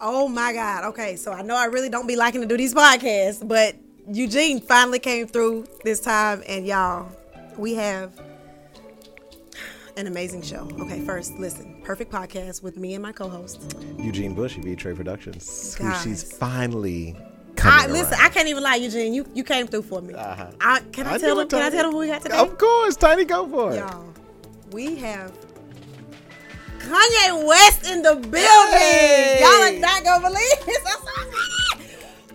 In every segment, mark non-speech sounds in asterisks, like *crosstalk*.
Oh my God. Okay, so I know I really don't be liking to do these podcasts, but Eugene finally came through this time, and y'all, we have an amazing show. Okay, first, listen, perfect podcast with me and my co-host. Eugene Bush of E Trade Productions, who Guys. she's finally coming. I listen. I around. can't even lie, Eugene. You you came through for me. I, can I, tell Uh-huh. them? knew it, Can I Tiny. tell them who we got today? Of course, Tiny, go for it. Y'all, we have Kanye West in the building. Hey! Y'all are not gonna believe this. I'm so excited.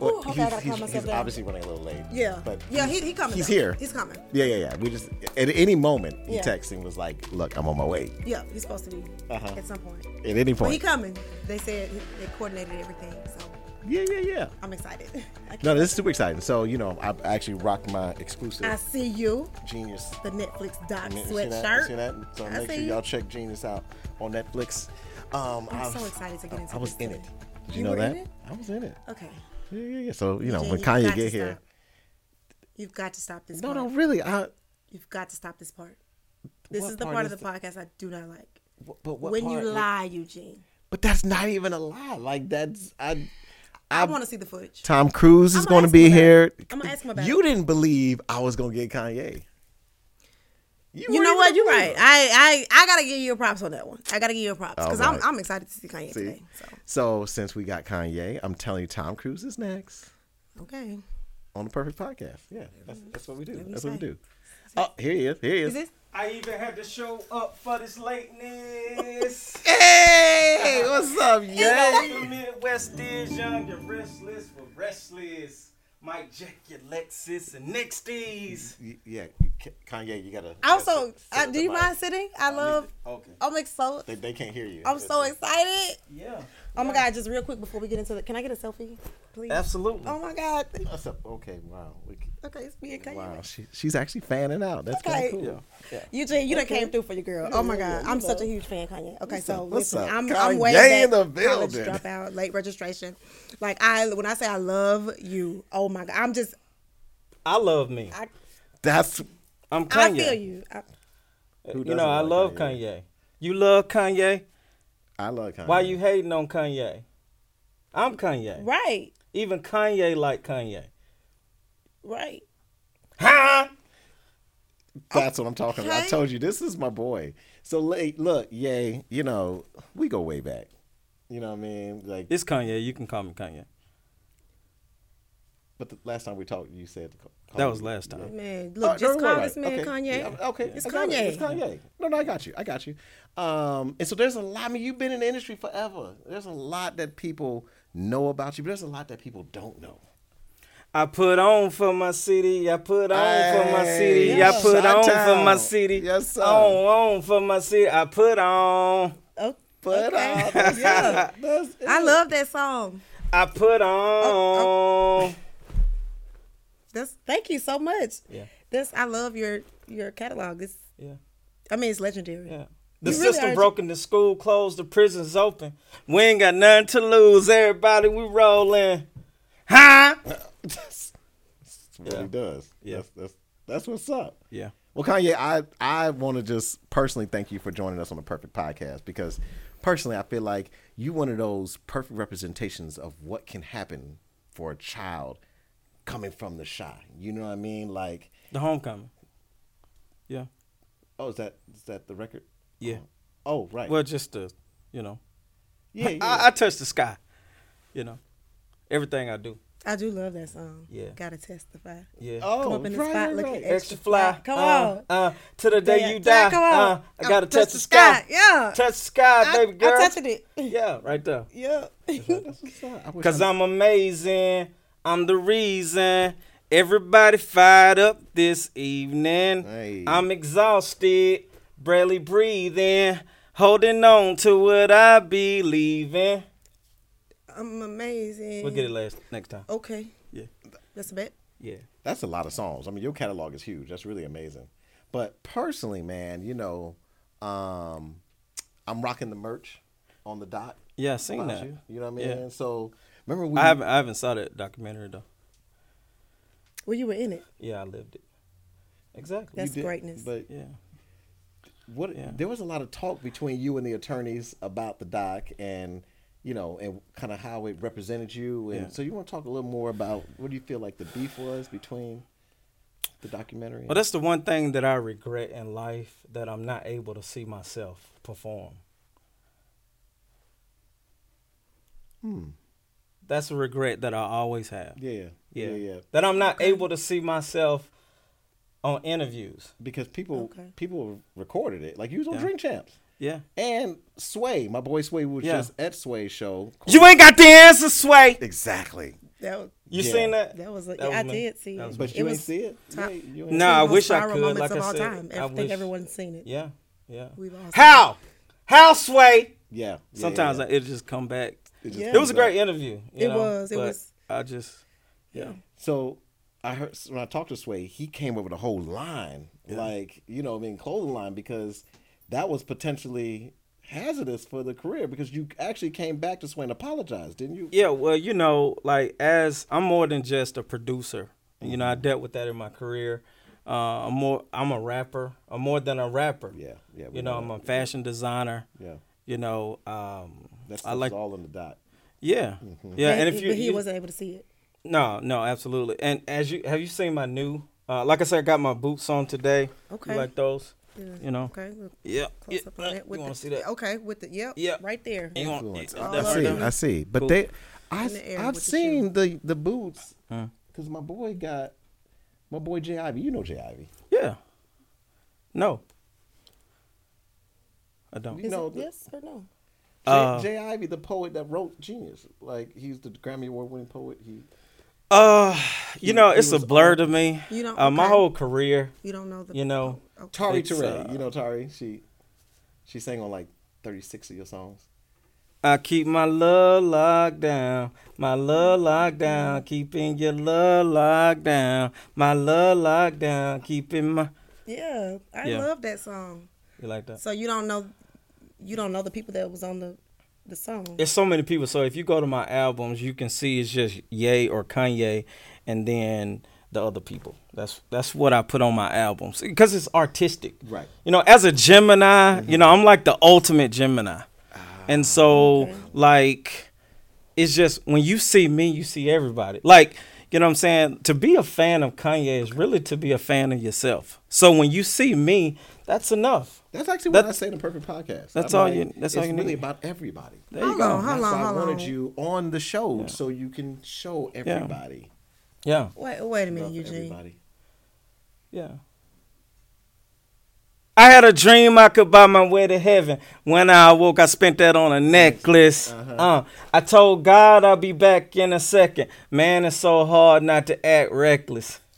Ooh, okay, Oh, I he's, gotta he's- calm myself he's down. obviously running a little late. Yeah, but yeah, he, he coming. He's though. here. He's coming. Yeah, yeah, yeah. We just at any moment he Yeah. texting was like, "Look, I'm on my way." Yeah, he's supposed to be at some point. At any But he Uh-huh. point. coming. They said he- they coordinated everything, so yeah, yeah, yeah. I'm excited. *laughs* I, No, this is super exciting. So you know, I actually rocked my exclusive I see you. Genius The Netflix doc You see sweatshirt. that? You see that? So I make sure see. y'all check Genius out on Netflix. Um, I'm I so excited to get into I was this in it. today. Did you, You know were in that? it? I was in it. Okay. Yeah, yeah, yeah. So you know, Jen, when you've Kanye got to get here, stop. you've got to stop this. no, part. no, really, I. You've got to stop this part. This What is the part part is of the podcast I do not like. wh- But what when part- you what- lie, Eugene. but that's not even a lie. Like that's I. I want to see the footage. Tom Cruise is I'ma going to ask him be about here. it. I'ma ask him about You didn't believe I was going to get Kanye. You weren't know even what? a You're believer. right. I, I I gotta give you a props on that one. I gotta give you a props because Alright. I'm I'm excited to see Kanye today. See? So So since we got Kanye, I'm telling you, Tom Cruise is next. okay. on the perfect podcast. Yeah, that's, that's what we do. me That's what we say. do. Oh, here he is. Here he is. Is this? I even had to show up for this lateness. *laughs* Hey, what's up, the yay? Midwest is young and restless for restless. Mike Jack, your Lexus, and Nixties. *laughs* yeah, K- Kanye, you gotta. Also, gotta sit- sit uh, with do the you mic. mind sitting? I love. Okay. I'm excited. They, they can't hear you. I'm so excited. Yeah. Oh my god! Just real quick before we get into the, can I get a selfie, please? Absolutely. Oh my god. What's up? Okay, wow. We, c- Okay, it's me and Kanye. wow, she, she's actually fanning out. That's Okay. kind of cool. Eugene, you done came through for your girl. oh my yeah, yeah, God, you I'm know. such a huge fan, Kanye. Okay, so up? What's listen, up? I'm, Kanye I'm way in back. the college building. dropout, late registration. Like I, when I say I love you, oh my God, I'm just, I love me. I, That's I'm Kanye. I feel you. I, Who you doesn't know, I like love Kanye? Kanye. You love Kanye? I love Kanye. Why you hating on Kanye? I'm Kanye. right, Even Kanye like Kanye. right. Huh? oh, That's what I'm talking about. I Okay. told you this is my boy. So like, look, yay. You know, we go way back. You know what I mean? Like, It's Kanye. You can call me Kanye. but the last time we talked, you said call- That call was me- last time. Man, Oh, look, no, just no, call right. this man okay. Kanye. Yeah, okay, it's I got it. Kanye. It's Kanye. No, no, I got you. I got you. Um, and so there's a lot. I mean, you've been in the industry forever. There's a lot that people know about you, but there's a lot that people don't know. I put on for my city. I put on for my Hey, city. yes, I put on for my Chi-town. city. Yes, sir. On, on for my city. I put on. Oh, But okay. uh, that's- *laughs* yeah. that's it. I love that song. I put Oh, on. That's thank you so much. Yeah. This I love your your catalog. This Yeah, I mean it's legendary. yeah. The You really system are- broken. The school closed. The prisons open. We ain't got nothing to lose. Everybody, we rolling. Huh? *laughs* that's, that's what Yeah. he does. Yeah. That's, that's that's what's up. Yeah. Well, Kanye, I I want to just personally thank you for joining us on the Perfect Podcast because personally, I feel like you one of those perfect representations of what can happen for a child coming from the shy. You know what I mean? Like, The homecoming. Yeah. oh, is that is that the record? Yeah. Oh, right. Well, just the, you know. yeah, yeah. I, I touch the sky. You know, everything I do. I do love that song. Yeah. Gotta testify. Yeah. oh, Come up in the right, spot right, looking right. at- extra fly. Come uh, on. Uh, to the day Yeah, you yeah, die. come on. Uh, I gotta Oh, touch the sky. Yeah. Touch the sky, I- baby I'm girl. Uh-huh. touching it. *laughs* Yeah, right there. Yeah. That's what's up. I wish Cause I- I'm amazing. I'm the reason. Everybody fired up this evening. Hey. I'm exhausted, barely breathing, holding on to what I believe in. *laughs* I'm amazing. We'll get it last next time. Okay. Yeah, That's a bet. yeah. that's a lot of songs. I mean, your catalog is huge. That's really amazing. But personally, man, you know, um, I'm rocking the merch on the dot. Yeah, I seen about that. You, you know what I mean? Yeah. So remember we I haven't I haven't saw that documentary though. Well, you were in it. Yeah, I lived it. Exactly. you That's greatness. But yeah. what yeah. there was a lot of talk between you and the attorneys about the doc and you know, and kind of how it represented you. And Yeah. so you want to talk a little more about what do you feel like the beef was between the documentary? Well, that's the one thing that I regret in life that I'm not able to see myself perform. That's a regret that I always have. Hmm. yeah, yeah, yeah, yeah. That I'm not able to see myself on interviews. Because people Okay. people recorded it. Like you was on Yeah. Dream Champs. Yeah. And Sway, my boy Sway was Yeah. just at Sway's show. You ain't got the answer, Sway. Exactly. That was, You Yeah. seen that? that was, a, That was I me. did see That it. was But it you ain't was see it. You top- ain't- you ain't No, see I it. one of the wish I most viral could, Moments like of I all said, time. I I, think wish- everyone's seen it. Yeah. Yeah. We've all seen How? How, Sway? Yeah. yeah, Sometimes yeah. I, it just come back. It, just Yeah. comes was a out. great interview. you It know, was, it but was- I just. Yeah. So I heard so when I talked to Sway, he came up with a whole line, like you know, I mean, clothing line because that was potentially hazardous for the career because you actually came back to Sway and apologized, didn't you? Yeah, well, you know, like as I'm more than just a producer. You know, I Mm-hmm. dealt with that in my career. Uh, I'm more. I'm a rapper. I'm more than a rapper. Yeah, yeah, we You know, know I'm a fashion designer. Yeah. You know, um, That's I like. all in the Mm-hmm. dot. Yeah, yeah. But And if he- you, but he you- wasn't able to see it. no, no, absolutely. And as you have you seen my new? Uh, like I said, I got my boots on today. You Okay. like those? Yeah. You know. Okay. we'll Yeah. Close yeah. up on that. With you the- want to see that? Okay, with the yep, Yeah. right there. You want- Influence. yeah, I that see. right there. I see. But Cool. they, I, In the air I've with the seen the the boots because my boy got my boy Jay Ivy. You know Jay Ivy. Yeah. No. I don't. You know, the- yes or no? Jay, Uh, Jay Ivy, the poet that wrote Genius. Like he's the Grammy Award winning poet. He Uh, you know, he it's a was blur to me. You know, uh, my okay. whole career. You don't know the. You know, Okay. Tari It's, Ture. uh, you know Tari. She she sang on like thirty six of your songs. I keep my love locked down, my love locked down, keeping your love locked down, my love locked down, keeping my. Yeah, I Yeah. love that song. You like that? So you don't know, you don't know the people that was on the, the song. It's so many people. So if you go to my albums, you can see it's just Ye or Kanye, and then the other people. That's that's what I put on my albums because it's artistic. Right. You know, as a Gemini, you know, I'm like the ultimate Gemini, and so like, it's just when you see me, you see everybody. Like. You know what I'm saying? To be a fan of Kanye is really to be a fan of yourself. So when you see me, that's enough. That's actually what That- I say in the perfect podcast. that's I'm all you- that's it's all you really need. about everybody. There you Hold go. on, hold that's on, why I hold wanted on. you on the show so you can show everybody. Yeah. Wait, wait a minute, Love Eugene. everybody. Yeah. I had a dream I could buy my way to heaven. When I woke, I spent that on a necklace. uh I told God I'll be back in a second. Man, it's so hard not to act reckless. *laughs*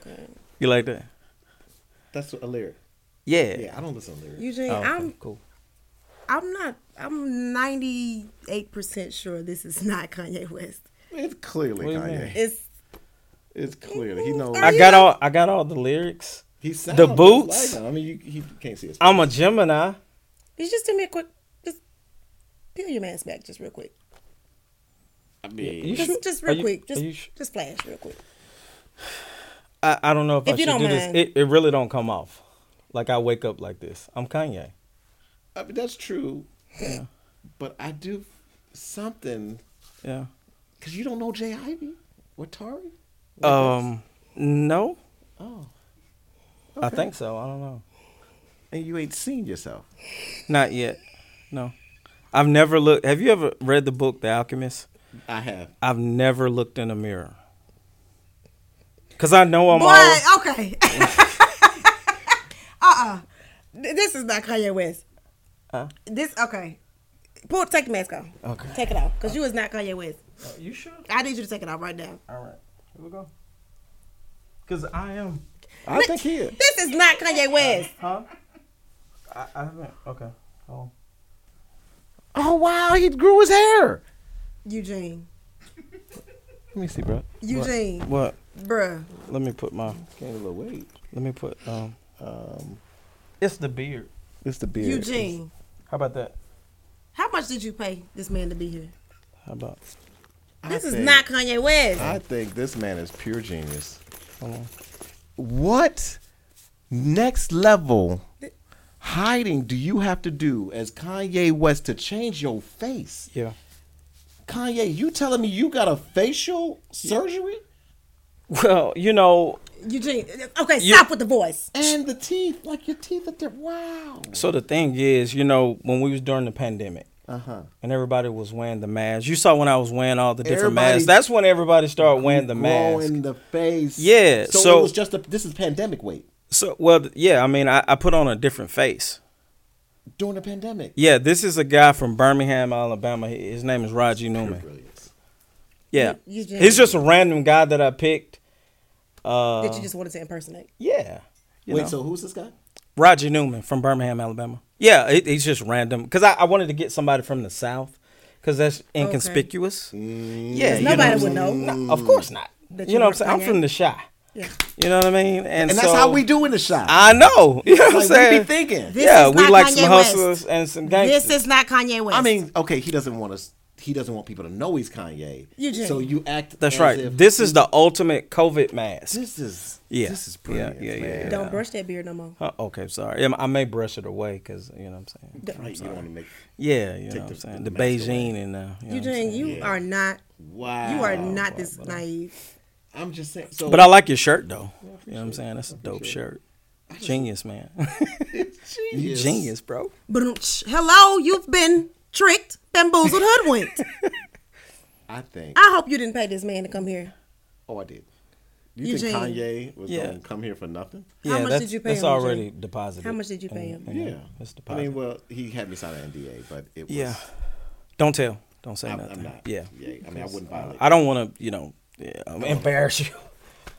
Okay. you like that? That's a lyric. Yeah. Yeah, I don't listen to lyrics. Eugene, Oh, okay, I'm cool. I'm not I'm 98 percent sure this is not Kanye West. it's clearly What do you Kanye. It's It's clearly *laughs* he knows. Are I you got not- all I got all the lyrics. he sounds the just boots? like him. I mean, you, he can't see his. I'm a Gemini. you just do me a quick just peel your mask back just real quick. *laughs* I mean, You Just sure? just Are real you- quick. Just are you sure? just flash real quick. I, I don't know if, If I you should don't do mind. this. It, it really don't come off. Like I wake up like this. I'm Kanye. I mean that's true. But I do something Yeah. because you don't know Jay Ivy or Tari. Um. No. Oh, I think so. I don't know. and you ain't seen yourself. Not yet. No. I've never looked. Have you ever read the book The Alchemist? I have. I've never looked in a mirror. Cause I know I'm Boy, *laughs* all. okay. uh uh This is not Kanye West. Huh? This okay. Pull take the mask off. Okay. Take it off. Because you is not Kanye West. You sure? I need you to take it off right now. All right. Here we go. Cause I am. I think he is. This is not Kanye West. Huh? I, I haven't. Okay. Oh. Oh wow, he grew his hair. Eugene. Let me see, bro. Eugene. What? Bruh. Let me put my. Gained a little weight. Let me put. Um. Um, It's the beard. it's the beard. Eugene. How about that? How much did you pay this man to be here? How about? I This is think- not Kanye West. I think this man is pure genius. Hold on. What next level hiding do you have to do as Kanye West to change your face? Yeah. Kanye, you telling me you got a facial surgery Well, you know, Eugene, okay, stop with the voice. and the teeth? Like your teeth are different. Wow. so the thing is, you know, when we was during the pandemic. Uh-huh. And everybody was wearing the mask. You saw when I was wearing all the different Everybody's masks. That's when everybody started wearing the Grow mask. in the face. Yeah, So, so- it was just a. This is pandemic weight So, well, yeah, I mean, I, I put on a different face. during the pandemic. Yeah, this is a guy from Birmingham, Alabama. He- His name is *laughs* Roger Newman. Brilliant. Yeah, You- you he's just a random guy that I picked. that you just wanted to impersonate. Yeah, you Wait. know. So who's this guy? Roger Newman from Birmingham, Alabama. Yeah, it, it's just random because I, I wanted to get somebody from the South because that's inconspicuous. Mm, Yeah, you mm, nobody what would I'm know. saying? No, of course not. That you you know what I'm work saying? I'm there. from the shy. Yeah. You know what I mean? And, And that's so- how we do in the shop. I *laughs* know. You know what I'm Like, saying? we be thinking. This yeah, is we not like Kanye some West. hustlers and some gangsters. This is not Kanye West. I mean, okay, he doesn't want us. He doesn't want people to know he's Kanye. Eugene. So you act. That's as right. if- This is the ultimate COVID mask. This is. Yeah. This is brilliant. Yeah, yeah, yeah, man. yeah. don't brush that beard no more. Uh, okay, sorry. Yeah, I may brush it away because you know what I'm saying. Right. You want to make. Yeah, you know what I'm the- saying. the The, mask away. Beijing in there. You know what I'm Eugene, saying? you are not. Wow. You are not this naive. I'm just saying. So. But I like your shirt though. You know what I'm saying? That's a dope shirt. Genius, man. *laughs* you Genius. genius, bro. Ba-dum-tsh. um, Hello, you've been tricked, bamboozled, *laughs* hoodwinked. I think. I hope you didn't pay this man to come here. Oh, I did. You Eugene. think Kanye was Yeah. gonna come here for nothing? How yeah, much that's, did you pay That's him, Eugene? already deposited. How much did you pay him? Yeah. It's I deposit. mean, well, he had me sign an NDA, but it was. yeah. Don't tell. Don't say I'm, I'm nothing. not. Yeah. I mean, I wouldn't violate. I don't want to, you know, yeah, um, embarrass *laughs* you.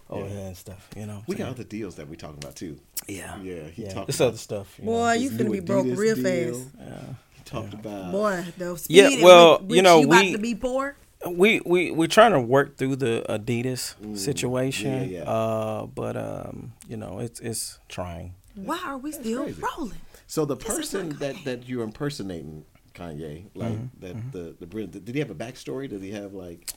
Oh yeah. and stuff. You know. what I'm we saying? got other deals that we talking about too. Yeah. Yeah, he talked It's about- other stuff. you know. Boy, you This finna new be broke Adidas real deal. fast. He talked about. Boy, the speed Yeah, at well, which- you which know, you about we- to be poor. we we we're trying to work through the Adidas situation, Mm, yeah, yeah. Uh, but um, you know, it's it's trying. Why are we still crazy. rolling? So the is person not that Kanye. that you're impersonating, Kanye, like Mm-hmm. that the the Brit- did he have a backstory? Did he have like?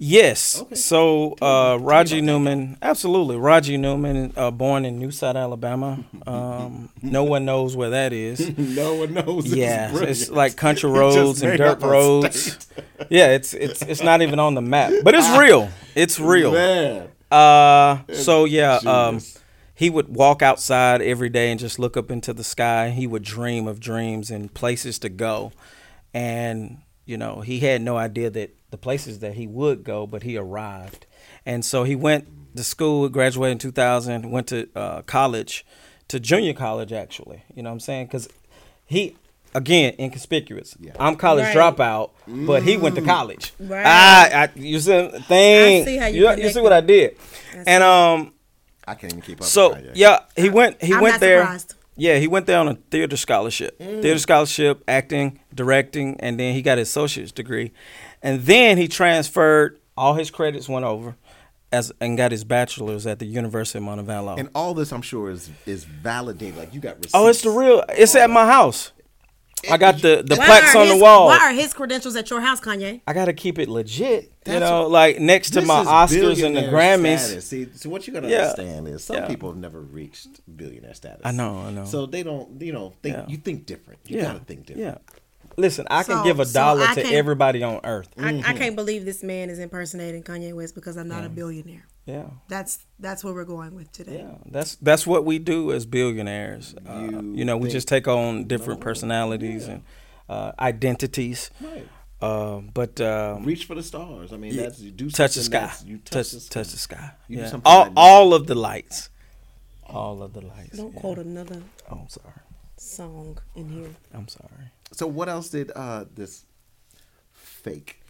Yes. Okay. So uh, Roger Newman, absolutely, Roger Newman, uh, born in *laughs* Newside, Alabama. Um, no one knows where that is. No one knows. This is Yeah, it's brilliant. like country *laughs* You just roads and made dirt up a roads. state. Yeah, it's it's it's not even on the map, but it's real. It's real. Ah. Man, Uh, so yeah, um, Genius. he would walk outside every day and just look up into the sky. He would dream of dreams and places to go, and you know he had no idea that the places that he would go, but he arrived, and so he went to school, graduated in 2000, went to uh, college, to junior college actually. You know what I'm saying? Because he again inconspicuous. I'm college Right. dropout, but he went to college. Right. I, I you see thing. I see how you you, you see what I did, and um, I can't even keep up. so with Kanye. yeah, he went. He I'm went not there. surprised. Mm. Yeah, he went there on a theater scholarship. Theater scholarship, acting, directing, and then he got his associate's degree, and then he transferred. All his credits went over, as and got his bachelor's at the University of Montevallo. And all this, I'm sure, is is validated. Like you got receipts. oh, it's the real. It's at my house. I got the the Why plaques are on his, the wall. Why are his credentials at your house, Kanye? I gotta keep it legit, you That's know, what- like next to This my is Oscars and the billionaire Grammys. status. See, so what you gotta Yeah. understand is some Yeah. people have never reached billionaire status. I know, I know. So they don't, you know, think Yeah. you think different. You gotta think different. Yeah. Listen, I So- can give a so dollar I to can- everybody on earth. I, I can't believe this man is impersonating Kanye West because I'm not a billionaire. Mm-hmm. Yeah. That's that's what we're going with today. Yeah. That's that's what we do as billionaires. Uh, You you, know, we think- just take on different personalities and uh, identities. Right. Uh, but um, Reach for the stars. I mean, that's you do touch the something sky. that's- You touch, touch the sky. You do Yeah. something All that- all of the lights. All of the lights. Don't yeah. quote another I'm sorry. song in here. I'm sorry. So what else did uh this fake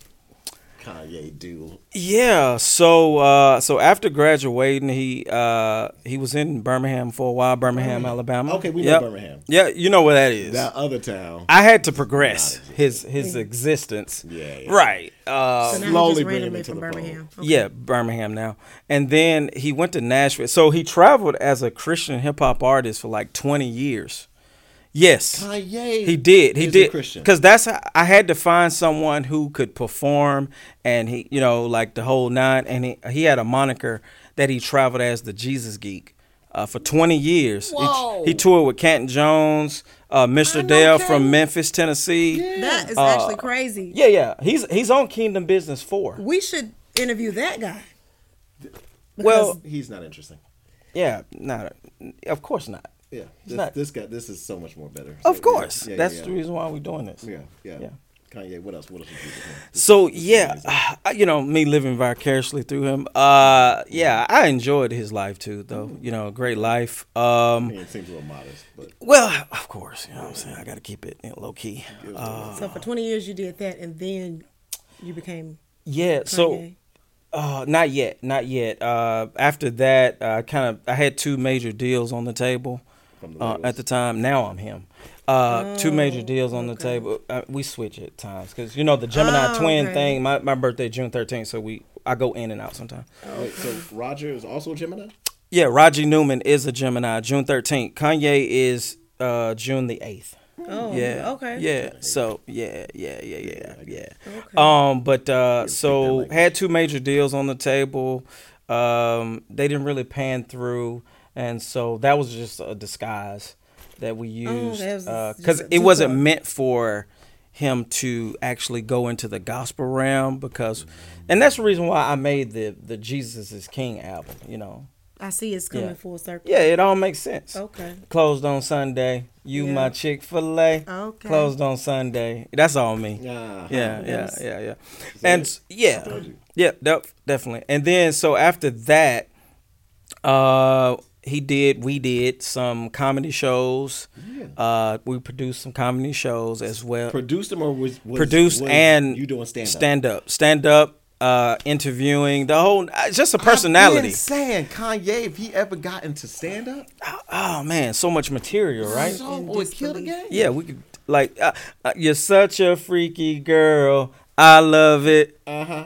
Kanye do? Yeah, so uh, so after graduating, he uh, he was in Birmingham for a while, Birmingham, Alabama. Okay, we know Mm. Yep. Birmingham. Yeah, you know where that is. That other town. I had to progress his his existence. Yeah, yeah. Right. Uh, So now slowly you just bring him randomly into from the fold. Birmingham. Yeah, Birmingham now. And then he went to Nashville. So he traveled as a Christian hip hop artist for like 20 years. Yes. Kanye He did. He is a did. Christian. Because that's how- I had to find someone who could perform, and he, you know, like the whole nine. And he he had a moniker that he traveled as the Jesus Geek. uh, for 20 years. He- Whoa. He, toured with Canton Jones, uh, Mr. Dale from Memphis, Tennessee. Yeah. That is actually crazy. Uh, yeah, He's he's on Kingdom Business 4. We should interview that guy. Well, He's not interesting. yeah, no, of course not. Yeah, He's this, not- this guy. This is so much more better. Of So, course. yeah, yeah, That's yeah, the reason why we're doing this. Yeah, yeah. Yeah. Kanye, what else? What else? would you do with *laughs* him? So *sighs* yeah, you know me living vicariously through him. Uh, yeah, I enjoyed his life too, though. You know, great life. I mean, Um, it seems a little modest, but well, of course, you know what I'm saying. I got to keep it you know, Uh, low key. so for 20 years you did that, and then you became Yeah. So, Kanye. uh, not yet, not yet. Uh, after that, I kind of I had two major deals on the table From the uh, labels. at the time. Now I'm him. Uh, two major deals on the table. Uh, we switch at times because you know the Gemini Oh, twin okay. thing. My my birthday June 13th, so we I go in and out sometimes. wait. So Roger is also a Gemini. Yeah, Raji Newman is a Gemini, June thirteenth. Kanye is uh June the eighth. oh yeah. okay Yeah. So yeah, yeah, yeah, yeah, yeah. Okay. Um, but uh, so language. had two major deals on the table. Um, they didn't really pan through, and so that was just a disguise that we used Oh, that was because just a it wasn't detour. meant for him to actually go into the gospel realm because, and that's the reason why I made the the Jesus is King album. You know. I see it's coming Yeah. full circle. Yeah, it all makes sense. Okay. Closed on Sunday. You Yeah. my Chick Fil A. Okay. Closed on Sunday. That's all me. Nah. Yeah, yeah, Yes. yeah, yeah. that And it? s- yeah, told you. yeah, def- definitely. And then so after that, uh, he did. We did some comedy shows. Uh, we produced some comedy shows as well. Produced him or was, was produced was and you doing stand up? stand up, stand up, uh, interviewing the whole. uh, Just a personality. saying Kanye, if he ever got into stand up, Oh man, so much material, right? so would kill the game. Yeah, we could like uh, uh, you're such a freaky girl. I love it. Uh huh.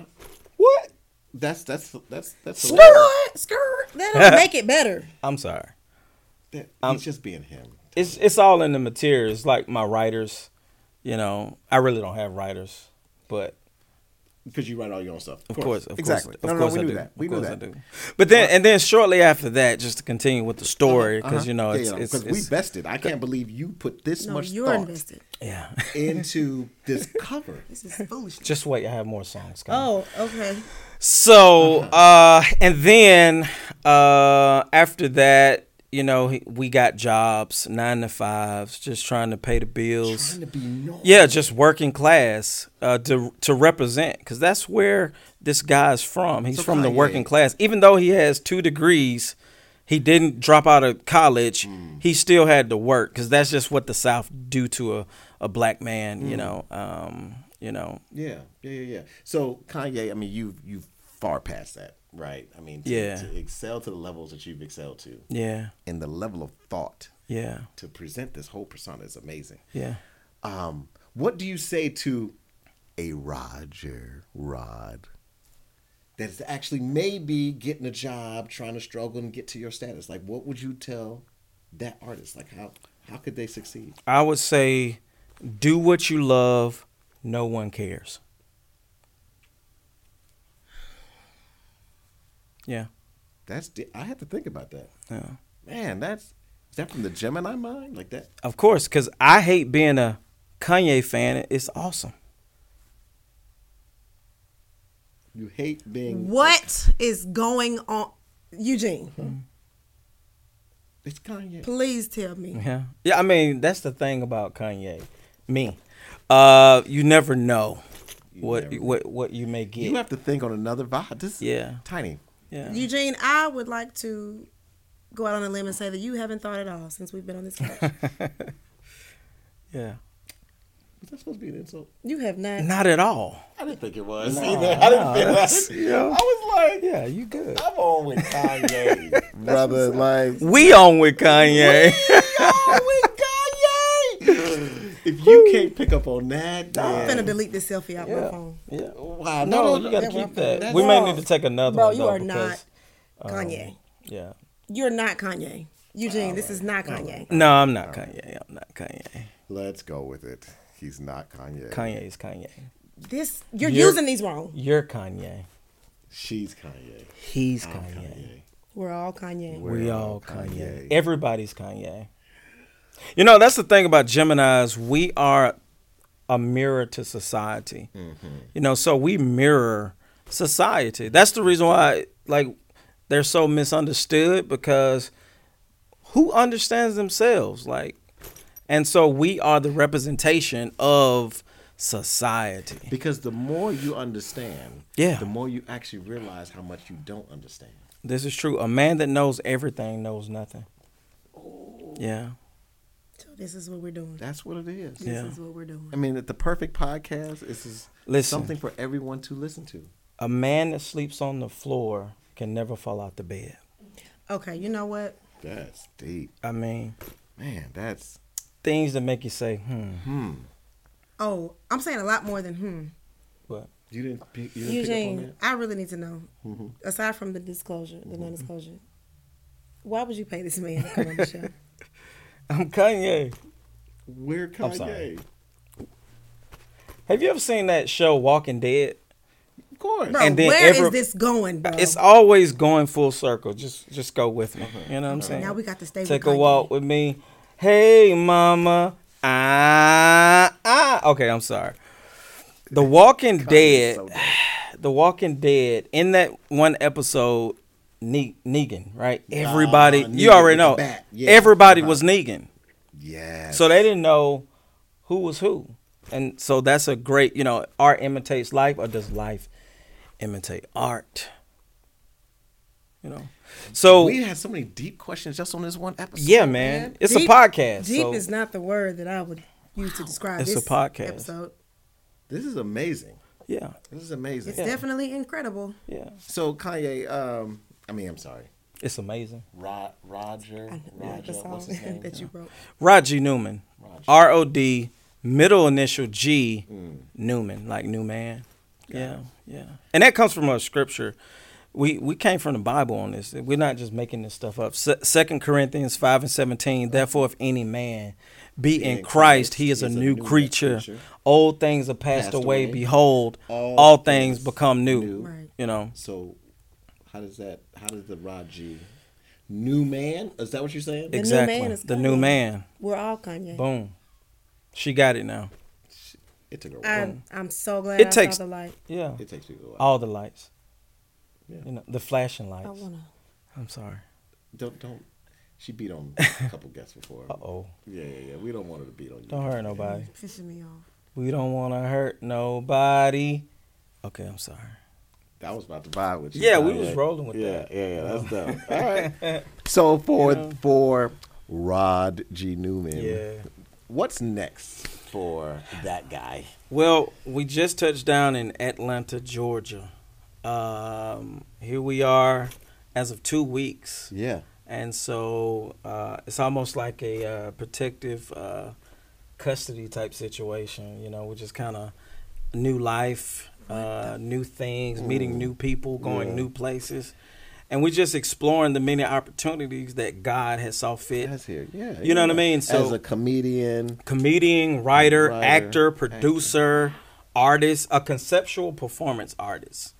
What? That's that's that's that's. hilarious. Skirt, skirt. That *laughs* don't make it better. I'm sorry. That- Um, he's just being him. It's it's all in the materials. Like my writers, you know, I really don't have writers, but Because you write all your own stuff. of course, of exactly. course, no, of no, course we I knew do. that. We of knew course that. Uh-huh. I do. But then and then shortly after that, just to continue with the story, because you know Yeah, it's yeah, it's, 'cause we it's bested. I can't believe you put this No, much you're thought invested. yeah. *laughs* into this cover. This is foolish. just wait, I have more songs. coming. Oh, okay. So, Uh-huh. uh, and then uh, after that, you know, he- we got jobs, nine to fives, just trying to pay the bills. Trying to be normal. Yeah, just working class uh, to to represent, because that's where this guy's from. He's So from the Kanye- working class. Even though he has two degrees, he didn't drop out of college. Mm. He still had to work, because that's just what the South do to a, a black man. Mm. You know, um, you know, Yeah, yeah, yeah, yeah. So Kanye, I mean, you you far past that, right? I mean, to, Yeah. to excel to the levels that you've excelled to, yeah, and the level of thought yeah, to present this whole persona is amazing. yeah. Um, what do you say to a Roger Rod that is actually maybe getting a job, trying to struggle and get to your status? Like, what would you tell that artist? Like, how how could they succeed? I would say do what you love, no one cares. Yeah. That's di- I had to think about that. Yeah. Man, that's is that from the Gemini mind? Like that? Of course, cuz I hate being a Kanye fan. It's awesome. *laughs* You hate being What is going on, Eugene? Mm-hmm. It's Kanye. Please tell me. Yeah. Yeah, I mean, that's the thing about Kanye. Me. Uh you never know what never- what what you may get. You have to think on another vibe. This is Yeah. tiny. yeah. Eugene, I would like to go out on a limb and say that you haven't thought at all since we've been on this *laughs* couch. yeah. Was that supposed to be an insult? you have not. Not at all. I didn't think it was either. I didn't think that. *laughs* I was like, Yeah, you good. I'm on with Kanye, brother. Like, We on with Kanye. *laughs* oh with Kanye. if you can't pick up on that, I'm then finna delete this selfie out my phone. yeah. wow, No, you gotta Yeah, keep well, that. that's- We may Bro. need to take another Bro, one. you though, are because- um, not Kanye. Yeah. You're not Kanye. Eugene, this is not Kanye. No, I'm not Kanye. I'm not Kanye. Let's go with it. He's not Kanye. Kanye is Kanye. This you're, You're- using these wrong. You're Kanye. She's Kanye. He's I'm Kanye. Kanye. We're all Kanye. We Well, all Kanye. Everybody's Kanye. You know, that's the thing about Geminis. We are a mirror to society. You know, so we mirror society. That's the reason why, like, they're so misunderstood because who understands themselves? Like, and so we are the representation of society. Because the more you understand, Yeah. the more you actually realize how much you don't understand. This is true. A man that knows everything knows nothing. Yeah. So this is what we're doing. That's what it is. This Yeah. is what we're doing. I mean, at the perfect podcast is is Listen. something for everyone to listen to. A man that sleeps on the floor can never fall out the bed. Okay, you know what? That's deep, I mean, man. That's things that make you say, hmm, Oh, I'm saying a lot more than hmm. but you didn't pick, you didn't pick Eugene, up I really need to know. on Mm-hmm. that. Mhm. Aside from the disclosure, the non-disclosure, why would you pay this man to come *laughs* on the show? I'm Kanye. We're I'm Kanye. sorry. Have you ever seen that show Walking Dead? Of course. Bro, where And is then every- this going, bro? It's always going full circle. Just just go with me. You know what I'm saying? now we got to stay. Take with a Kanye. walk with me. Hey mama. Ah ah. Okay, I'm sorry. The Walking Dead. so *sighs* the Walking Dead. In that one episode, ne- Negan, right? Everybody, you Negan already with the know. bat. Yeah. uh-huh. Everybody was Negan. Yeah. So they didn't know who was who. And so that's a great, you know, art imitates life or does life imitate art? You know. So we had so many deep questions just on this one episode. yeah, man. It's Deep- a podcast. Deep so- is not the word that I would use to describe It's a this podcast. episode. This is amazing. yeah. This is amazing. It's definitely incredible. Yeah. So Kanye, um, I mean, I'm sorry, It's amazing. Rod, Roger, I know that the Roger, what's song his name? *laughs* that you wrote. Rodgy Newman. Rodgy. R O D middle initial G Newman, like new man. yeah, yeah. And that comes from a scripture. We we came from the Bible on this. We're not just making this stuff up. Se- Second Corinthians five and seventeen. Therefore, if any man be, in, Christ, he is a new, creature. creature. Old things are passed, Passed away. away. Behold, all, All things, things become new. new. Right. You know, So, how does that? How does the Raji, new man? Is that what you're saying? new exactly. man is the new Kanye. man. We're all Kanye. Boom. She got it now. It took a while. I, I'm so glad It I takes- saw the light. Yeah. It takes people a while. oh. All the lights. Yeah. You know, the flashing I lights. wanna. I'm sorry. Don't don't. She beat *laughs* on a couple guests before. Uh oh. Yeah, yeah, yeah. We don't want her to beat on you. Don't hurt nobody. Pissing me off. We don't want to hurt nobody. Okay, I'm sorry. That was about to vibe with you. Yeah, we Kanye. was rolling with yeah, that. Oh. Yeah, yeah, that's dope. All *laughs* right. So for for Rod G Newman, Yeah. what's next for that guy? Well, we just touched down in Atlanta, Georgia. Um, here we are as of two weeks. Yeah. And so uh, it's almost like a uh, protective uh, custody type situation, you know, which is kind of new life, uh, new things, meeting new people, going yeah. new places. And we're just exploring the many opportunities that God has saw fit. That's here. Yeah. You know what I yeah. mean? So- as a comedian, Comedian, writer, Writer, actor, producer, artist, a conceptual performance artist.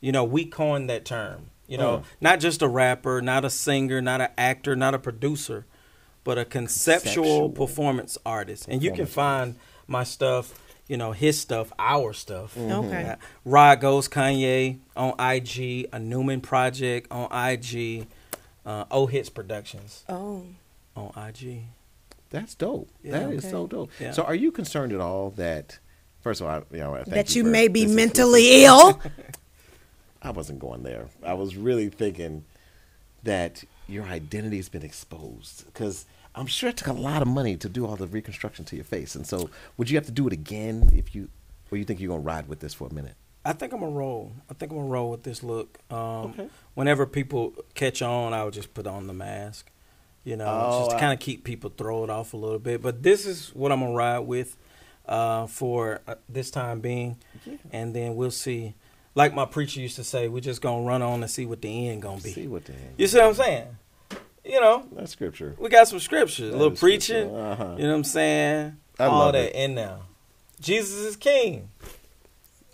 You know, we coined that term. You know, Uh. not just a rapper, not a singer, not an actor, not a producer, but a conceptual, Conceptual. performance artist. And you can find my stuff, you know, his stuff, our stuff. Okay. Uh, Rod Goes Kanye on IG, a Newman Project on IG, uh, O Hits Productions Oh, on IG. that's dope. Yeah. That is Okay. so dope. Yeah. So, are you concerned at all that? First of all, I, you know, I thank that you for may be this is- mentally ill. I wasn't going there. I was really thinking that your identity has been exposed because I'm sure it took a lot of money to do all the reconstruction to your face. And so, would you have to do it again if you, or you think you're gonna ride with this for a minute? I think I'm gonna roll. I think I'm gonna roll with this look. Um, Okay. Whenever people catch on, I would just put on the mask, you know, Oh, just to I- kind of keep people throw it off a little bit. But this is what I'm gonna ride with uh, for uh, this time being, Yeah. and then we'll see. Like my preacher used to say, we're just gonna run on and see what the end gonna be. See what the hell. You see what I'm saying? You know, That's scripture. we got some scriptures, a That little is scripture. preaching. Uh-huh. You know what I'm saying? I All love that it. in now. Jesus is King,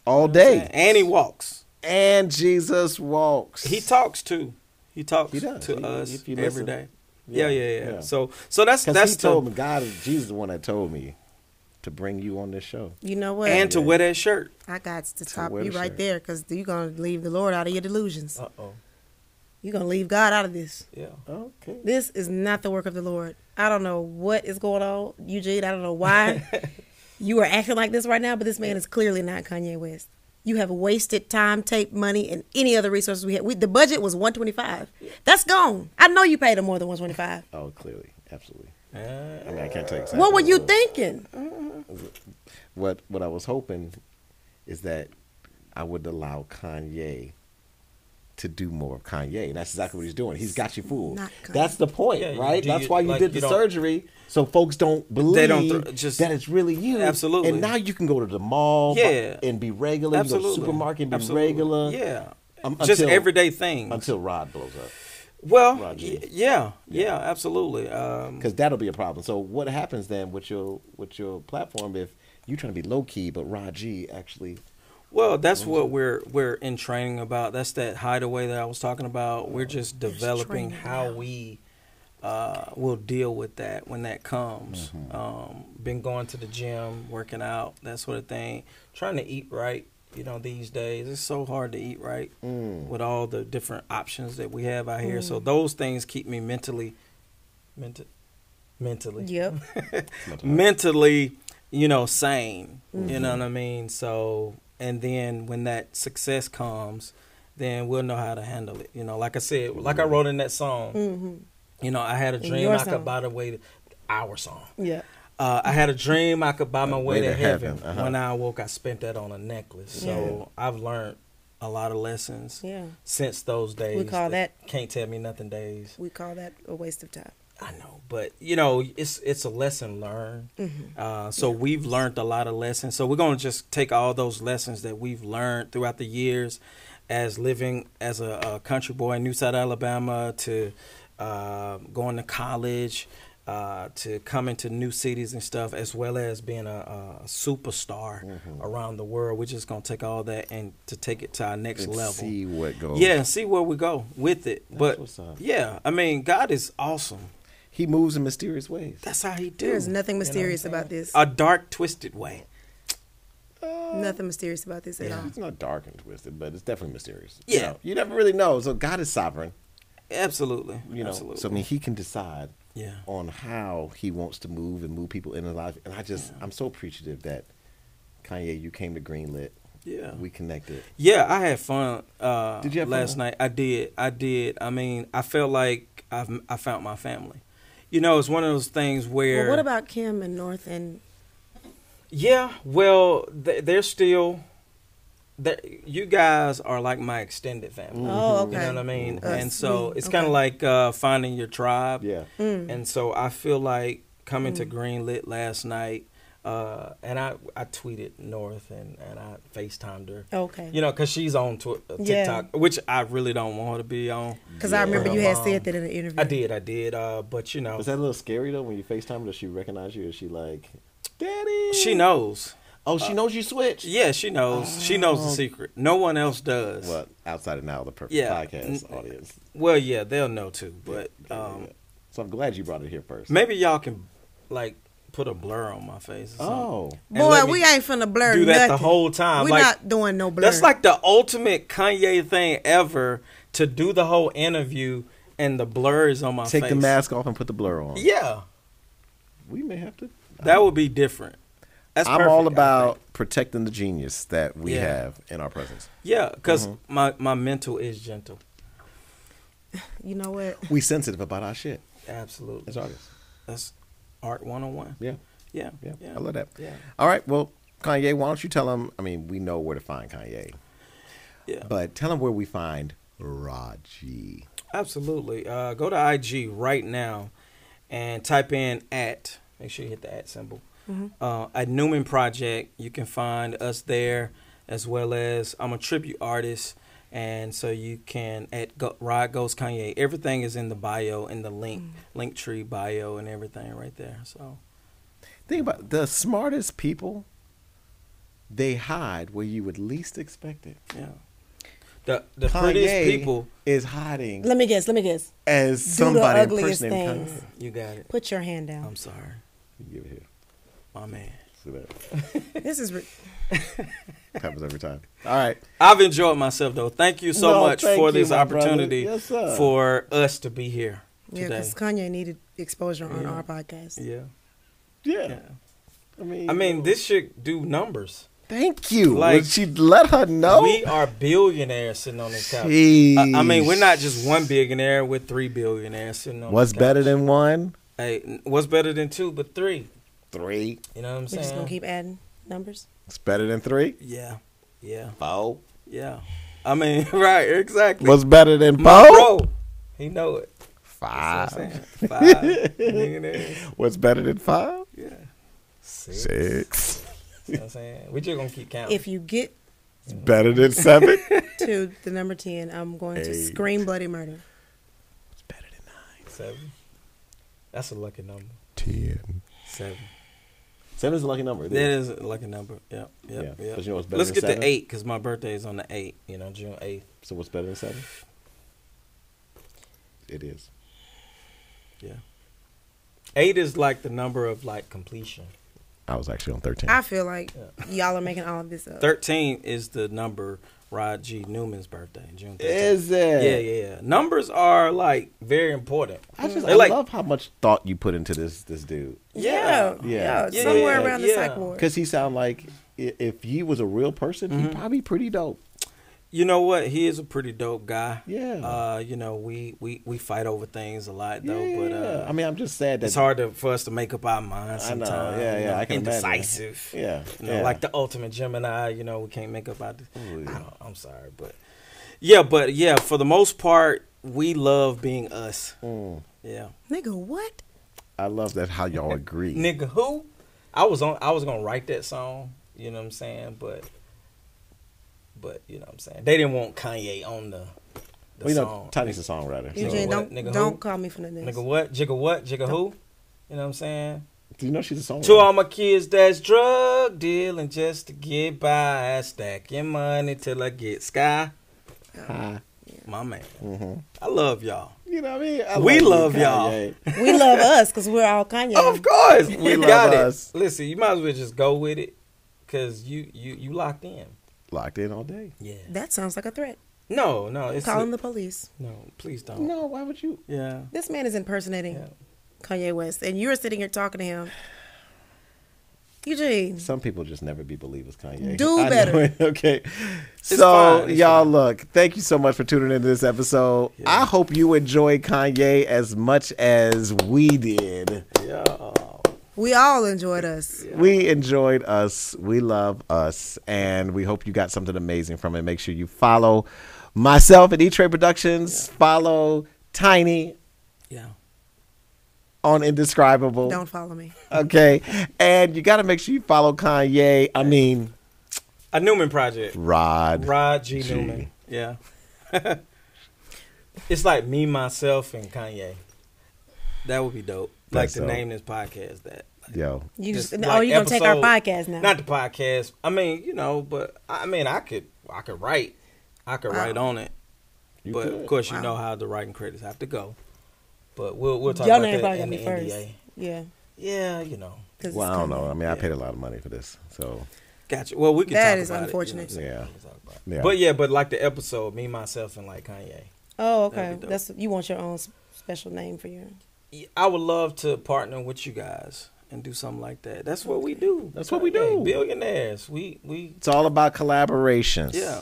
All day. and he walks. And Jesus walks. He talks too. He talks He does. to He- us if you every listen. day. Yeah, yeah, yeah. yeah. So, so that's Because that's he the, told me, God, Jesus is the one that told me to bring you on this show. *laughs* You know what? and to wear that shirt. I got to top wear you the right shirt. there because you're going to leave the Lord out of your delusions. oh, You're going to leave God out of this. yeah. Okay. This is not the work of the Lord. I don't know what is going on, Eugene. I don't know why you are acting like this right now, but this man is clearly not Kanye West. You have wasted time, tape, money, and any other resources we had. We, the budget was 125. That's gone. I know you paid him more than 125. Oh, clearly, absolutely. Uh, I mean, I can't tell you exactly. What were you was. thinking? What What I was hoping is that I would allow Kanye to do more of Kanye, and that's exactly what he's doing. He's got you fooled. Not Kanye. That's the point, Yeah, you- right? do That's you- why you like, did the you don't- surgery, so folks don't believe don't thro- just- that it's really you. Absolutely. And now you can go to the mall, bu- Yeah. and be regular. You go to the supermarket and be Absolutely. regular. Yeah. Um, Just until- everyday things. Until Rod blows up. well, Roger. y- yeah, yeah, absolutely. Um, because that'll be a problem. So what happens then with your with your platform if you're trying to be low key, but Raji actually well, that's what we're we're in training about. That's that hideaway that I was talking about. We're Oh, just developing training how we uh, will deal with that when that comes. Um, been going to the gym, working out, that sort of thing. Trying to eat right. You know, these days it's so hard to eat right with all the different options that we have out here. So those things keep me mentally, menta- mentally, Yep. mentally, you know, sane. Mm-hmm. You know what I mean? So, and then when that success comes, then we'll know how to handle it. You know, like I said, like I wrote in that song, you know, I had a dream Mm-hmm. your I song. could buy the way to our song. Yep. Uh, I had a dream I could buy my way, to, heaven. uh-huh. When I awoke, I spent that on a necklace. So I've learned a lot of lessons Yeah. since those days. call the that- can't tell me nothing days. We call that a waste of time. I know, but you know, it's it's a lesson learned. Mm-hmm. Uh, so we've learned a lot of lessons. So we're gonna just take all those lessons that we've learned throughout the years, as living as a, a country boy in New South Alabama, to uh, going to college, uh, to coming to new cities and stuff, as well as being a, a superstar Mm-hmm. around the world. We're just gonna take all that and to take it to our next and level. see what goes. Yeah, see where we go with it. but what's up. yeah, I mean, God is awesome. he moves in mysterious ways. That's how he do. There's nothing You know what I'm mysterious saying? about this. A dark, twisted way. Nothing mysterious about this at all. It's not dark and twisted, but it's definitely mysterious. Yeah. you, know, you never really know. So God is sovereign, Absolutely. you know. Absolutely. So I mean, He can decide yeah. on how He wants to move and move people in His life. And I just, I'm so appreciative that Kanye, you came to Greenlit. Yeah. we connected. Yeah, I had fun. Uh, Did you have last fun? night? I did. I did. I mean, I felt like I've, I found my family. You know, it's one of those things where. Well, what about Kim and North and Yeah, well, th- they're still. They're, you guys are like my extended Mm-hmm. family. Oh, okay. You know what I mean? Mhm. And Us, so we- it's okay. kind of like uh, finding your tribe. Yeah. Mm. And so I feel like coming to Greenlit last night, uh, and I, I tweeted North and, and I FaceTimed her. Okay. You know, because she's on tw- TikTok, Yeah. which I really don't want her to be on. Because I remember you had said that in an interview. I did, I did. Uh, but, you know, Was that a little scary though when you FaceTime? Does she recognize you? Is she like, Daddy? she knows. Oh, she knows you switched. Yeah, she knows. she knows Oh. the secret. No one else does. Well, outside of now, the perfect Yeah. Mm-hmm. podcast audience. Well, yeah, they'll know too. But um, So I'm glad you brought it here first. maybe y'all can like put a blur on my face. Or something. Oh, And let Boy, me we ain't finna blur do that nothing. the whole time. We're like, not doing no blur. That's like the ultimate Kanye thing ever to do the whole interview and the blur is on my take face. the mask off and put the blur on. Yeah, we may have to. that would be different. That's I'm perfect, I all think. about protecting the genius that we Yeah. have in our presence. Yeah, because Mm-hmm. my my mental is gentle. you know what? We sensitive about our shit Absolutely, as artists. That's art one on one. Yeah, Yeah, yeah, I love that. Yeah, All right, well, Kanye, why don't you tell them? I mean, we know where to find Kanye, yeah. but tell them where we find Raji. Absolutely. Uh, go to IG right now and type in at, make sure you hit the at symbol, uh, at Newman Project. You can find us there as well as I'm a tribute artist. And so you can at Go, Rod Goes Kanye. Everything is in the bio, in the link, link tree bio, and everything right there. So Think about it, the smartest people. They hide where you would least expect it. yeah, the the Kanye prettiest people. is hiding Let me guess. Let me guess. as the somebody ugliest impersonating things. Kanye. You got it. Put your hand down. I'm sorry, Give it here. my man. See that. Um, This is. Re- Happens every time. All right. I've enjoyed myself though. Thank you so No, much thank for you, this my brother. opportunity Yes, sir. for us to be here yeah, today. because Kanye needed exposure on Yeah. our podcast. Yeah. Yeah. yeah. I mean, I mean, this should do numbers. Thank you. Like- Would she let her know? We are billionaires sitting on this couch. I, I mean, we're not just one billionaire. We're three billionaires sitting on. What's this couch. better than one? Hey, n- what's better than two but three? Three. You know what We're I'm just saying? gonna keep adding numbers. It's better than three. yeah, yeah, Four. yeah. I mean, *laughs* right? Exactly. What's better than My four? bro, he know it. That's what I'm Five. saying. Five *laughs* millionaires. What's better than five? *laughs* Yeah. Six. Six. *laughs* You know what I'm saying? We just gonna keep counting. If you get It's better than *laughs* seven. it's to the number ten, I'm going to Eight. scream bloody murder. better than nine. Seven. That's a lucky number. Ten. Seven. Seven is a lucky number. That is a lucky number. Yep. Yep. Yeah, yep. but you know what's better Let's than get seven? to eight because my birthday is on the eight. You know, June eighth. So what's better than seven? It is. Yeah. Eight is like the number of like completion. I was actually on thirteen. I feel like y'all are making all of this up. Thirteen is the number Rod G. Newman's birthday, June 13th. Is Yeah, it? yeah, yeah. Numbers are like very important. I just They I like- love how much thought you put into this this dude yeah, Yeah. yeah, Yeah. Yeah, somewhere yeah, around the yeah. psych ward. because he sound like i- if he was a real person, he'd Mm-hmm. probably pretty dope. You know what? He is a pretty dope guy. Yeah. Uh, you know, we we we fight over things a lot Yeah, though, but uh I mean, I'm just sad that it's hard to, for us to make up our minds I know. sometimes. Yeah, you yeah, know, I can imagine. Indecisive. Yeah, You know, yeah. like the ultimate Gemini, you know, we can't make up our. Ooh, yeah. I don't, I'm sorry, but yeah, but yeah, for the most part, we love being us. Mm. Yeah, Nigga, what? I love that how y'all agree. nigga, who? I was on. I was gonna write that song. You know what I'm saying? But, but you know what I'm saying. They didn't want Kanye on the. the well, you know, song. Tiny's a songwriter. so- Eugene, what? don't Nigga, who? don't call me for nothing. Nigga, what? Jigga what? Jigga who? You know what I'm saying? Do you know she's a songwriter? To all my kids that's drug dealing just to get by, stacking money till I get sky. Hi. My man, I love y'all. Ah, You know what I mean? I We you, love y'all. Kanye. We love us because we're all Kanye. Of *laughs* course, we We love got us. it. Listen, you might as well just go with it, cause you you you locked in. Locked in all day. Yeah. That sounds like a threat. No, no, it's Calling the police. no. Please don't. No, why would you? Yeah. This man is impersonating Yeah. Kanye West, and you're sitting here talking to him. Eugene, Some people just never be believers, Kanye. Do I know better. it. *laughs* okay. so, fine, it's y'all, fine. look, thank you so much for tuning into this episode. Yeah. I hope you enjoyed Kanye as much as we did. Yeah. we all enjoyed us. We enjoyed us. We love us. And we hope you got something amazing from it. Make sure you follow myself at E Trade Productions. Follow Tiny Yeah. on Indescribable. Don't follow me. Okay. And you got to make sure you follow Kanye. I mean, A Newman project. Rod. Rod G. G. Newman. Yeah. *laughs* it's like me, myself, and Kanye. That would be dope. like That's to dope. name this podcast that. Yo. You just, Just oh, like you're gonna take our episode- podcast now. Not the podcast. I mean, you know, but I mean, I could, I could write, I could write on it. You but could. of course, Wow. you know how the writing credits have to go. But we'll we'll talk Your name probably about that in got the me first. NDA. Yeah. Yeah, you know, 'cause Well, it's I don't Kanye. know. I mean, I Yeah. paid a lot of money for this. So, gotcha. Well, we can. That talk is about unfortunate. It, you know what I'm saying? Yeah. We can talk about it. Yeah. But yeah, but like the episode, me, myself, and like Kanye. Oh, That'd okay. be dope. That's you want your own s- special name for your. I would love to partner with you guys and do something like that. That's what we do. That's what we do. Hey, billionaires. We we it's all about collaborations. yeah.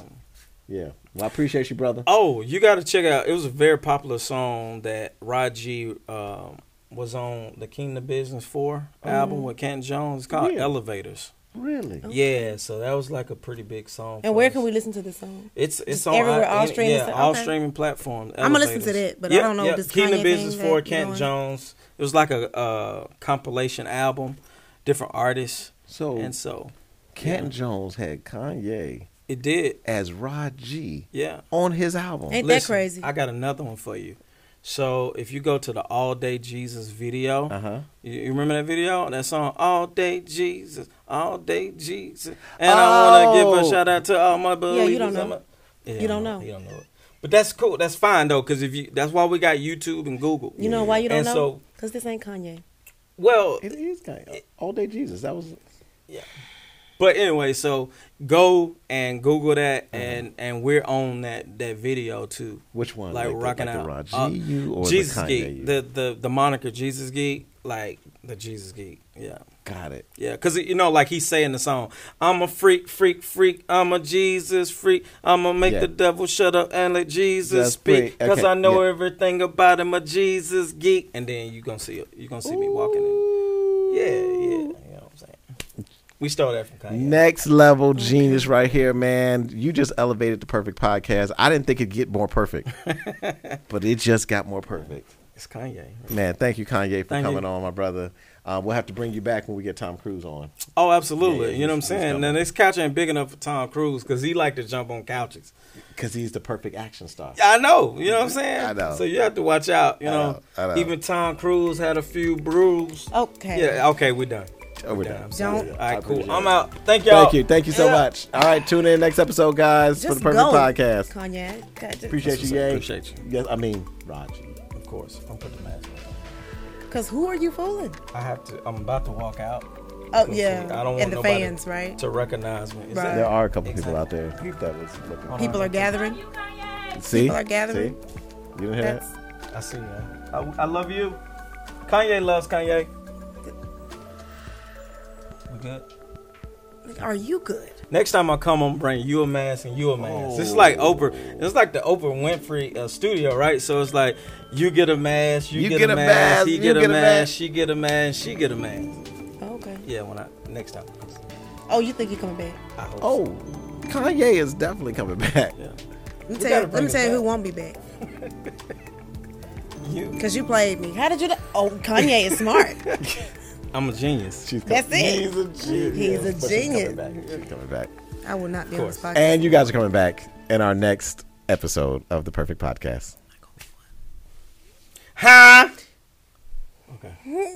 Yeah. Well, I appreciate you, brother. Oh, you got to check out. It was a very popular song that Rod G um, was on the King of Business Four album with Kent Jones. It's called Mm-hmm. Yeah. Elevators. Really? Yeah, so that was like a pretty big song. And for where us. can we listen to this song? It's it's Just on everywhere, I- all any- streaming yeah, sta- all okay. streaming platforms. I'ma listen to elevators. that, but I don't know this Kingdom Kanye Business thing for that you're Kent doing. Jones. It was like a uh, compilation album, different artists, So, and so Canton Jones had Kanye it did. as Rod G Yeah, on his album. Ain't- that crazy? I got another one for you. So if you go to the All Day Jesus video, Uh huh. you, you remember that video, that song All Day Jesus, All Day Jesus, and I want to give Oh. a shout out to all my believers. you don't know. I'm a- You don't know. You don't know it. But that's cool. That's fine though, because if you that's why we got YouTube and Google. You know why you don't and know? so- Because this ain't Kanye. Well, It is kind of all day Jesus. That was But anyway, so go and Google that, and and we're on that that video too. Which one? Like, Like the- rocking like the out. uh, Raji you or the Jesus Kanye you? geek. The the the moniker Jesus geek, like the Jesus geek. Yeah. got it. Yeah, because, you know, like he's saying the song, I'm a freak, freak, freak. I'm a Jesus freak. I'm going to make Yeah. the devil shut up and let Jesus That's speak. great. Because Okay, I know yeah. everything about him, a Jesus geek. And then you going to see you gonna see me walking in. Yeah, yeah. You know what I'm saying? We stole that from Kanye. Next level genius right here, man. You just elevated the perfect podcast. I didn't think it'd get more *laughs* perfect, but it just got more perfect. It's Kanye. Man, thank you, Kanye, for Thank coming you. on, my brother. Uh, we'll have to bring you back when we get Tom Cruise on. Oh, absolutely. Yeah, yeah, you know what I'm he's- he's saying? coming. Now this couch ain't big enough for Tom Cruise because he like to jump on couches. Because he's the perfect action star. I know. You know what I'm saying? I know. So you have to watch out. You I know, know, I know. even Tom Cruise had a few brews. Okay. Yeah. Okay, we're done. Oh, we're done. I'm sorry. Don't- All right, cool. appreciate I'm it. out. Thank y'all. Thank you. Thank you so Yeah. much. All right, tune in next episode, guys, for Just the perfect go. podcast. Kanye. God, just- Appreciate That's you, what's up. Yay. Appreciate you. Yes, I mean, Raji. Of course. I'm putting the mask on. Cause who are you fooling? I have to. I'm about to walk out. Oh yeah. I don't want and the nobody fans, right? to recognize me. Is Right. There are a couple people Exactly. out there that was looking. People are gathering. See? people are gathering. See? You didn't hear That's that? I see you. I, I love you. Kanye loves Kanye. We good. are you good? Next time I come, I'm bringing you a mask and you a mask. It's like Oprah. It's like the Oprah Winfrey uh, studio, right? So it's like you get a mask, you, get, a mask, he you get, a get a mask, mask. she get a mask, she get a mask. Oh, okay. Yeah, when I next time. Oh, you think you coming back? I hope. so. Oh, Kanye is definitely coming back. yeah. Let me We tell you, gotta let bring me it tell you who back. won't be back. You. Cause you played me. How did you? Do- oh, Kanye is smart. I'm a genius. She's That's coming- it. He's a genius. He's a But she's coming genius. back. She's coming back. *laughs* I will not be on this course. podcast. And you guys are coming back in our next episode of the Perfect Podcast. Huh?